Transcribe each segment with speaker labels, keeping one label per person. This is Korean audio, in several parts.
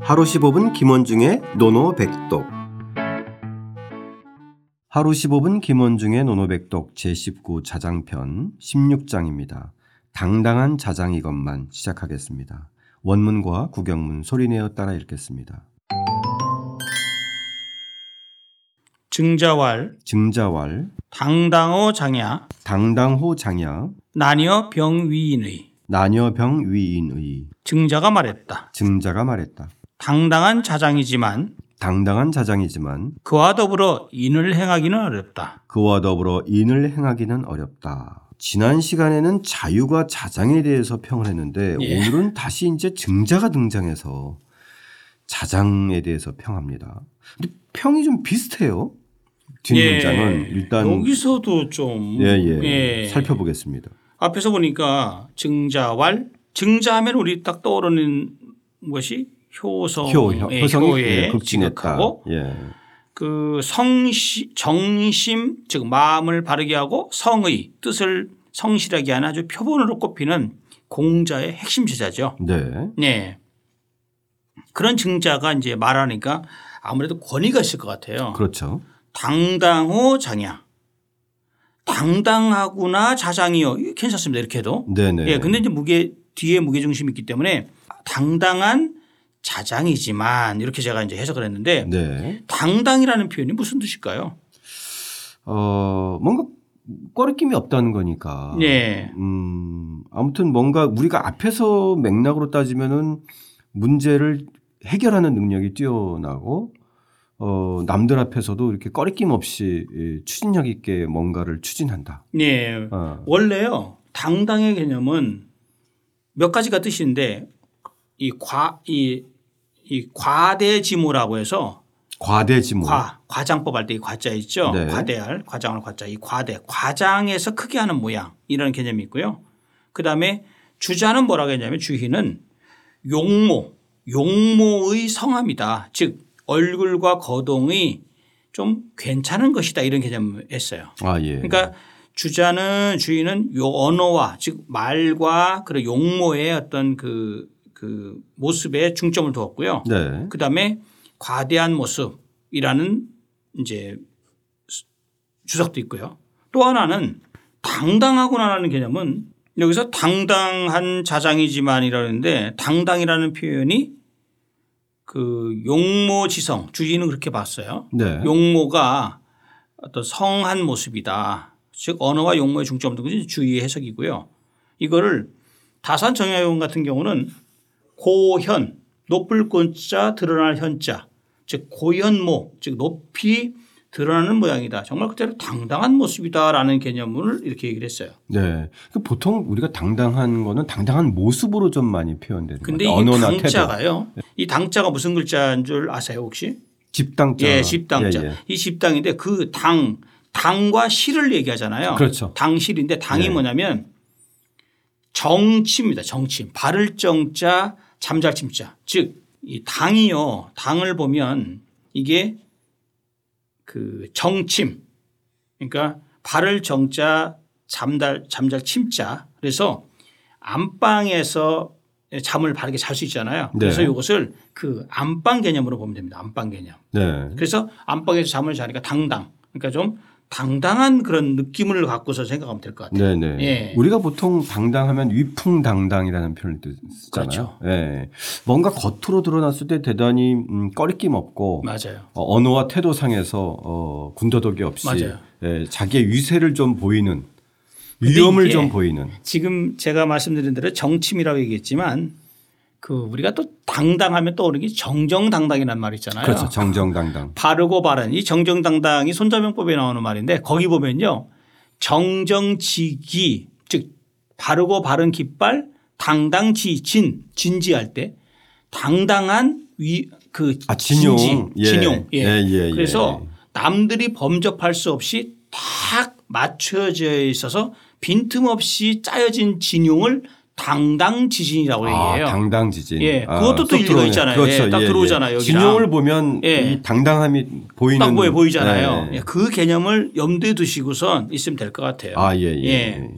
Speaker 1: 하루 15분 김원중의 노노백독 하루 15분 김원중의 노노백독 제19 자장편 16장입니다. 당당한 자장 이것만 시작하겠습니다. 원문과 구경문 소리내어 따라 읽겠습니다.
Speaker 2: 증자왈
Speaker 1: 증자왈
Speaker 2: 당당어 장야
Speaker 1: 당당호 장야
Speaker 2: 나뉘어 병위인의
Speaker 1: 나녀병 위인의
Speaker 2: 증자가 말했다.
Speaker 1: 증자가 말했다.
Speaker 2: 당당한 자장이지만
Speaker 1: 당당한 자장이지만
Speaker 2: 그와 더불어 인을 행하기는 어렵다.
Speaker 1: 그와 더불어 인을 행하기는 어렵다. 지난 시간에는 자유가 자장에 대해서 평을 했는데
Speaker 2: 예.
Speaker 1: 오늘은 다시 이제 증자가 등장해서 자장에 대해서 평합니다. 근데 평이 좀 비슷해요. 뒷문장은
Speaker 2: 예,
Speaker 1: 일단
Speaker 2: 여기서도 좀
Speaker 1: 예, 예.
Speaker 2: 예.
Speaker 1: 살펴보겠습니다.
Speaker 2: 앞에서 보니까 증자왈 증자하면 우리 딱 떠오르는 것이 효성
Speaker 1: 효, 효,
Speaker 2: 예,
Speaker 1: 효성이
Speaker 2: 효에
Speaker 1: 예, 극진했다.
Speaker 2: 지극하고
Speaker 1: 예.
Speaker 2: 그 성시 정심 즉 마음을 바르게 하고 성의 뜻을 성실하게 하는 아주 표본으로 꼽히는 공자의 핵심 제자죠.
Speaker 1: 네.
Speaker 2: 네. 그런 증자가 이제 말하니까 아무래도 권위가 있을 것 같아요.
Speaker 1: 그렇죠.
Speaker 2: 당당호 장야. 당당하구나 자장이요. 이거 괜찮습니다. 이렇게 해도.
Speaker 1: 네, 네.
Speaker 2: 예. 근데 이제 무게 뒤에 무게 중심이 있기 때문에 당당한 자장이지만 이렇게 제가 이제 해석을 했는데
Speaker 1: 네.
Speaker 2: 당당이라는 표현이 무슨 뜻일까요?
Speaker 1: 어, 뭔가 꺼리낌이 없다는 거니까.
Speaker 2: 예.
Speaker 1: 음, 아무튼 뭔가 우리가 앞에서 맥락으로 따지면은 문제를 해결하는 능력이 뛰어나고 어, 남들 앞에서도 이렇게 꺼리낌 없이 이 추진력 있게 뭔가를 추진한다.
Speaker 2: 예.
Speaker 1: 어,
Speaker 2: 원래요. 당당의 개념은 몇 가지가 뜻인데 이 과, 이, 이 과대지모라고 해서
Speaker 1: 과대지모. 뭐.
Speaker 2: 과, 과장법 할 때 이 과자 있죠.
Speaker 1: 네.
Speaker 2: 과대할, 과장할 과자. 이 과대, 과장에서 크게 하는 모양 이런 개념이 있고요. 그다음에 주자는 뭐라고 했냐면 주희는 용모, 용모의 성함이다. 즉 얼굴과 거동이 좀 괜찮은 것이다 이런 개념을 했어요.
Speaker 1: 아 예.
Speaker 2: 그러니까 주자는 주인은 요 언어와 즉 말과 그리고 용모의 어떤 그, 그 모습에 중점을 두었고요.
Speaker 1: 네.
Speaker 2: 그 다음에 과대한 모습이라는 이제 수- 주석도 있고요. 또 하나는 당당하구나라는 개념은 여기서 당당한 자장이지만 이라는데 당당이라는 표현이 그 용모지성 주인은 그렇게 봤어요.
Speaker 1: 네.
Speaker 2: 용모가 어떤 성한 모습이다. 즉 언어와 용모의 중점 등은 주의의 해석이고요. 이거를 다산 정약용 같은 경우는 고현 높을 꼰자 드러날 현자 즉 고현모 즉 높이 드러나는 모양이다. 정말 그대로 당당한 모습이다라는 개념을 이렇게 얘기를 했어요.
Speaker 1: 네. 그 보통 우리가 당당한 거는 당당한 모습으로 좀 많이 표현되는 거죠.
Speaker 2: 근데 이
Speaker 1: 언어나 태도. 네.
Speaker 2: 당자가요. 이 당자가 무슨 글자인 줄 아세요 혹시?
Speaker 1: 집당자.
Speaker 2: 예, 집당자.
Speaker 1: 예, 예.
Speaker 2: 이 집당인데 그 당, 당과 실을 얘기하잖아요.
Speaker 1: 그렇죠.
Speaker 2: 당실인데 당이
Speaker 1: 예.
Speaker 2: 뭐냐면 정치입니다. 정치. 바를 정자, 잠잘 침자. 즉, 이 당이요. 당을 보면 이게 그 정침. 그러니까 바를 정자, 잠달, 잠잘 침자. 그래서 안방에서 잠을 바르게 잘 수 있잖아요. 그래서
Speaker 1: 네.
Speaker 2: 이것을 그 안방 개념으로 보면 됩니다. 안방 개념.
Speaker 1: 네.
Speaker 2: 그래서 안방에서 잠을 자니까 당당. 그러니까 좀 당당한 그런 느낌을 갖고서 생각하면 될 것 같아요.
Speaker 1: 네네.
Speaker 2: 예.
Speaker 1: 우리가 보통 당당하면 위풍당당이라는 표현을 또
Speaker 2: 그렇죠.
Speaker 1: 쓰잖아요. 예. 뭔가 겉으로 드러났을 때 대단히 음, 꺼리낌 없고
Speaker 2: 맞아요.
Speaker 1: 어, 언어와 태도상에서 어, 군더더기 없이
Speaker 2: 맞아요.
Speaker 1: 예, 자기의 위세를 좀 보이는
Speaker 2: 근데
Speaker 1: 위험을
Speaker 2: 이게
Speaker 1: 좀 보이는.
Speaker 2: 지금 제가 말씀드린 대로 정침이라고 얘기했지만 그 우리가 또 당당하면 떠오르는 게 정정당당이란 말 있잖아요.
Speaker 1: 그렇죠. 정정당당.
Speaker 2: 음. 바르고 바른 이 정정당당이 손자병법에 나오는 말인데 거기 보면요 정정지기 즉 바르고 바른 깃발 당당지진 진지할 때 당당한 위그
Speaker 1: 아 진용.
Speaker 2: 진지,
Speaker 1: 예.
Speaker 2: 진용 예.
Speaker 1: 예, 예, 예.
Speaker 2: 그래서 남들이 범접할 수 없이 딱 맞춰져 있어서 빈틈없이 짜여진 진용을 당당지진이라고
Speaker 1: 아,
Speaker 2: 얘기해요.
Speaker 1: 당당지진.
Speaker 2: 예,
Speaker 1: 아,
Speaker 2: 그것도 또
Speaker 1: 쏙
Speaker 2: 일리가
Speaker 1: 들어오네.
Speaker 2: 있잖아요.
Speaker 1: 그렇죠.
Speaker 2: 예, 딱 들어오잖아요, 여기랑.
Speaker 1: 진용을 보면
Speaker 2: 예.
Speaker 1: 이 당당함이 보이는.
Speaker 2: 딱 보여 보이잖아요.
Speaker 1: 예.
Speaker 2: 예, 그 개념을 염두에 두시고선 있으면 될 것 같아요.
Speaker 1: 아, 예, 예.
Speaker 2: 예.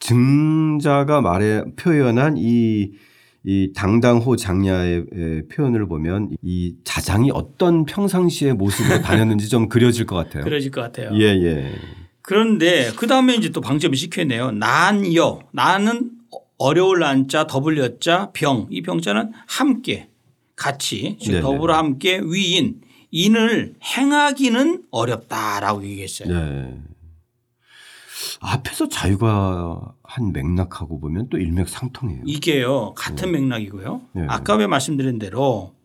Speaker 1: 증자가 말해 표현한 이, 이 당당호 장야의 에, 표현을 보면 이 자장이 어떤 평상시의 모습으로 다녔는지 좀 그려질 것 같아요.
Speaker 2: 그려질 것 같아요.
Speaker 1: 예, 예.
Speaker 2: 그런데 그 다음에 이제 또 방점이 찍혀있네요. 난여. 나는 어려울 난자, 더블 여자, 병. 이 병자는 함께, 같이, 즉
Speaker 1: 네네.
Speaker 2: 더불어 함께 위인. 인을 행하기는 어렵다라고 얘기했어요.
Speaker 1: 네. 앞에서 자유가 한 맥락하고 보면 또 일맥상통해요.
Speaker 2: 이게요 같은 맥락이고요.
Speaker 1: 음. 네.
Speaker 2: 아까 왜 말씀드린 대로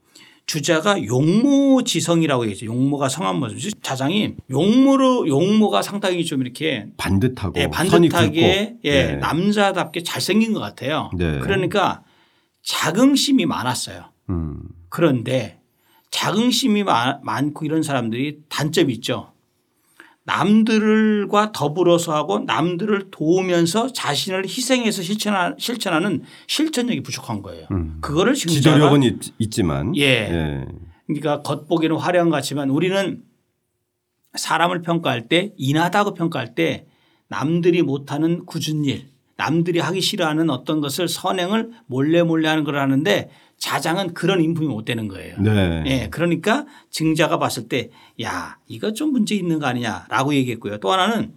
Speaker 2: 주자가 용모지성이라고 얘기했죠. 용모가 성한 모습. 자장이 용모로 용모가 상당히 좀 이렇게
Speaker 1: 반듯하고
Speaker 2: 예,
Speaker 1: 어, 선이 굵고.
Speaker 2: 반듯하게 예,
Speaker 1: 네.
Speaker 2: 남자답게 잘생긴 것 같아요.
Speaker 1: 네.
Speaker 2: 그러니까 자긍심이 많았어요.
Speaker 1: 음.
Speaker 2: 그런데 자긍심이 마- 많고 이런 사람들이 단점이 있죠. 남들과 더불어서 하고 남들을 도우면서 자신을 희생해서 실천하, 실천하는 실천력이 부족한 거예요.
Speaker 1: 음.
Speaker 2: 그거를 지금 제가
Speaker 1: 지도력은 있, 있지만
Speaker 2: 예.
Speaker 1: 예.
Speaker 2: 그러니까 겉보기는 화려한 것 같지만 우리는 사람을 평가할 때 인하다고 평가할 때 남들이 못하는 굳은 일 남들이 하기 싫어하는 어떤 것을 선행을 몰래 몰래 하는 걸 하는데 자장은 그런 인품이 못 되는 거예요.
Speaker 1: 네.
Speaker 2: 예, 그러니까 증자가 봤을 때, 야, 이거 좀 문제 있는 거 아니냐라고 얘기했고요. 또 하나는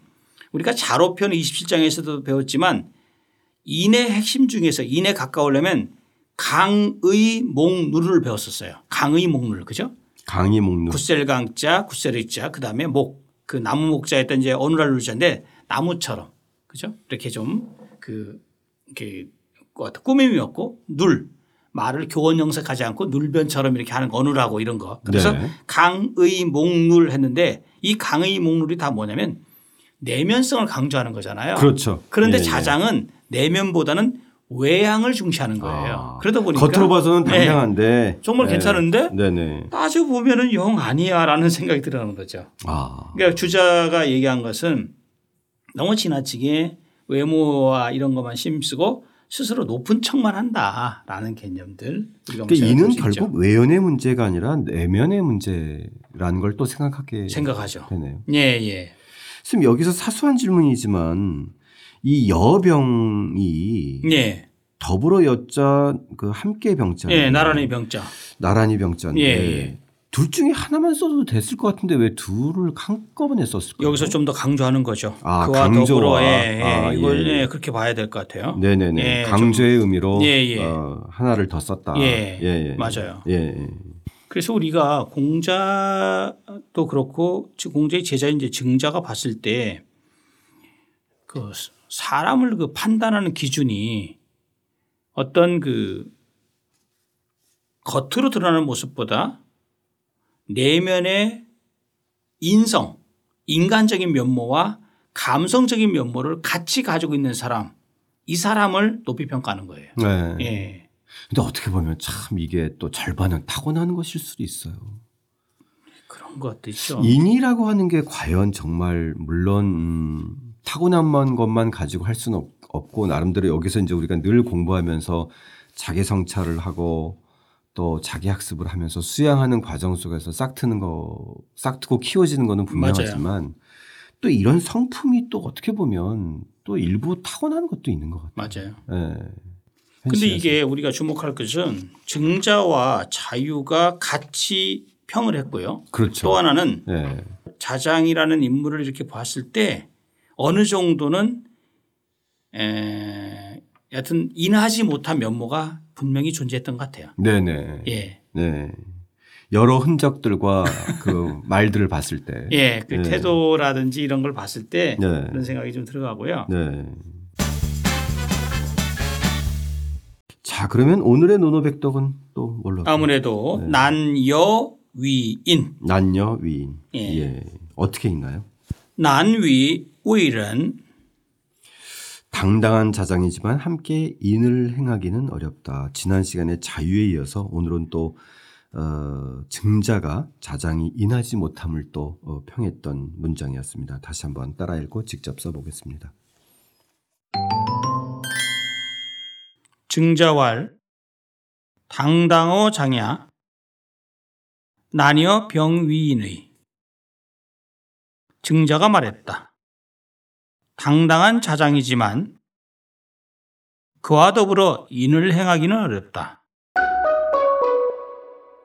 Speaker 2: 우리가 자로편 27장에서도 배웠지만 인의 핵심 중에서 인에 가까우려면 강의 목누를 배웠었어요. 강의 목누를 그죠?
Speaker 1: 강의 목록.
Speaker 2: 구셀강자, 구셀의자, 그 다음에 목, 그 나무 목자였던 이제 어느랄루자인데 나무처럼 그죠? 이렇게 좀그 이렇게 어떤 꾸밈이 없고 눌 말을 교원 형색하지 않고 눌변처럼 이렇게 하는 거, 어눌하고 이런 거. 그래서
Speaker 1: 네.
Speaker 2: 강의 목눌 했는데 이 강의 목눌이 다 뭐냐면 내면성을 강조하는 거잖아요.
Speaker 1: 그렇죠.
Speaker 2: 런데
Speaker 1: 예, 예.
Speaker 2: 자장은 내면보다는 외향을 중시하는 거예요.
Speaker 1: 아,
Speaker 2: 그러다 보니까
Speaker 1: 겉으로 봐서는
Speaker 2: 네.
Speaker 1: 당당한데
Speaker 2: 정말 괜찮은데
Speaker 1: 네네.
Speaker 2: 따져 보면은 영 아니야라는 생각이 들어가는 거죠.
Speaker 1: 아
Speaker 2: 그러니까 주자가 얘기한 것은 너무 지나치게 외모와 이런 것만 심쓰고 스스로 높은 척만 한다라는 개념들.
Speaker 1: 근데
Speaker 2: 우리가 한번
Speaker 1: 그러니까 이는
Speaker 2: 생각해 볼 수 있죠.
Speaker 1: 결국 외연의 문제가 아니라 내면의 문제라는 걸 또 생각하게
Speaker 2: 생각하죠.
Speaker 1: 되네요.
Speaker 2: 예, 예.
Speaker 1: 지금 여기서 사소한 질문이지만 이 여병이
Speaker 2: 예.
Speaker 1: 더불어 여자 그 함께 병자
Speaker 2: 예, 나란히 병자.
Speaker 1: 나란히 병자인데
Speaker 2: 예, 예.
Speaker 1: 둘 중에 하나만 써도 됐을 것 같은데 왜 둘을 한꺼번에 썼을까요?
Speaker 2: 여기서 좀 더 강조하는 거죠.
Speaker 1: 어? 아,
Speaker 2: 그와 더불어
Speaker 1: 강조와.
Speaker 2: 예, 예.
Speaker 1: 아,
Speaker 2: 이걸
Speaker 1: 예.
Speaker 2: 예, 그렇게 봐야 될 것 같아요.
Speaker 1: 네네네
Speaker 2: 예, 좀-
Speaker 1: 강조의 의미로
Speaker 2: 예, 예.
Speaker 1: 어, 하나를 더 썼다.
Speaker 2: 예,
Speaker 1: 예.
Speaker 2: 맞아요.
Speaker 1: 예, 예.
Speaker 2: 그래서 우리가 공자도 그렇고 즉 공자의 제자인 이제 증자가 봤을 때 그 사람을 그 판단하는 기준이 어떤 그 겉으로 드러나는 모습보다 내면의 인성, 인간적인 면모와 감성적인 면모를 같이 가지고 있는 사람, 이 사람을 높이 평가하는 거예요.
Speaker 1: 네.
Speaker 2: 예.
Speaker 1: 근데 어떻게 보면 참 이게 또 절반은 타고나는 것일 수도 있어요.
Speaker 2: 그런 것도 있죠.
Speaker 1: 인이라고 하는 게 과연 정말 물론 음, 타고난 것만 가지고 할 수는 없- 없고 나름대로 여기서 이제 우리가 늘 공부하면서 자기 성찰을 하고 또 자기 학습을 하면서 수양하는 과정 속에서 싹트는 거 싹트고 키워지는 거는 분명하지만 또 이런 성품이 또 어떻게 보면 또 일부 타고나는 것도 있는 것 같아요.
Speaker 2: 맞아요.
Speaker 1: 예.
Speaker 2: 근데
Speaker 1: 현실에서.
Speaker 2: 이게 우리가 주목할 것은 증자와 자유가 같이 평을 했고요. 또
Speaker 1: 그렇죠.
Speaker 2: 하나는
Speaker 1: 예.
Speaker 2: 자장이라는 인물을 이렇게 봤을 때 어느 정도는 에, 여하튼 인하지 못한 면모가 분명히 존재했던 것 같아요.
Speaker 1: 네네.
Speaker 2: 예.
Speaker 1: 네. 여러 흔적들과 그 말들을 봤을 때.
Speaker 2: 예. 그
Speaker 1: 네.
Speaker 2: 태도라든지 이런 걸 봤을 때
Speaker 1: 네.
Speaker 2: 그런 생각이 좀 들어가고요.
Speaker 1: 네. 자, 그러면 오늘의 노노백덕은 또 뭘로? 할까요?
Speaker 2: 아무래도
Speaker 1: 네.
Speaker 2: 난, 여, 위, 인.
Speaker 1: 난여 위인.
Speaker 2: 예.
Speaker 1: 예. 어떻게 있나요?
Speaker 2: 난, 위, 위는
Speaker 1: 당당한 자장이지만 함께 인을 행하기는 어렵다. 지난 시간에 자유에 이어서 오늘은 또 어, 증자가 자장이 인하지 못함을 또 어, 평했던 문장이었습니다. 다시 한번 따라 읽고 직접 써보겠습니다.
Speaker 2: 증자왈 당당어 장야 나뉘어 병위인의 증자가 말했다. 당당한 자장이지만 그와 더불어 인을 행하기는 어렵다.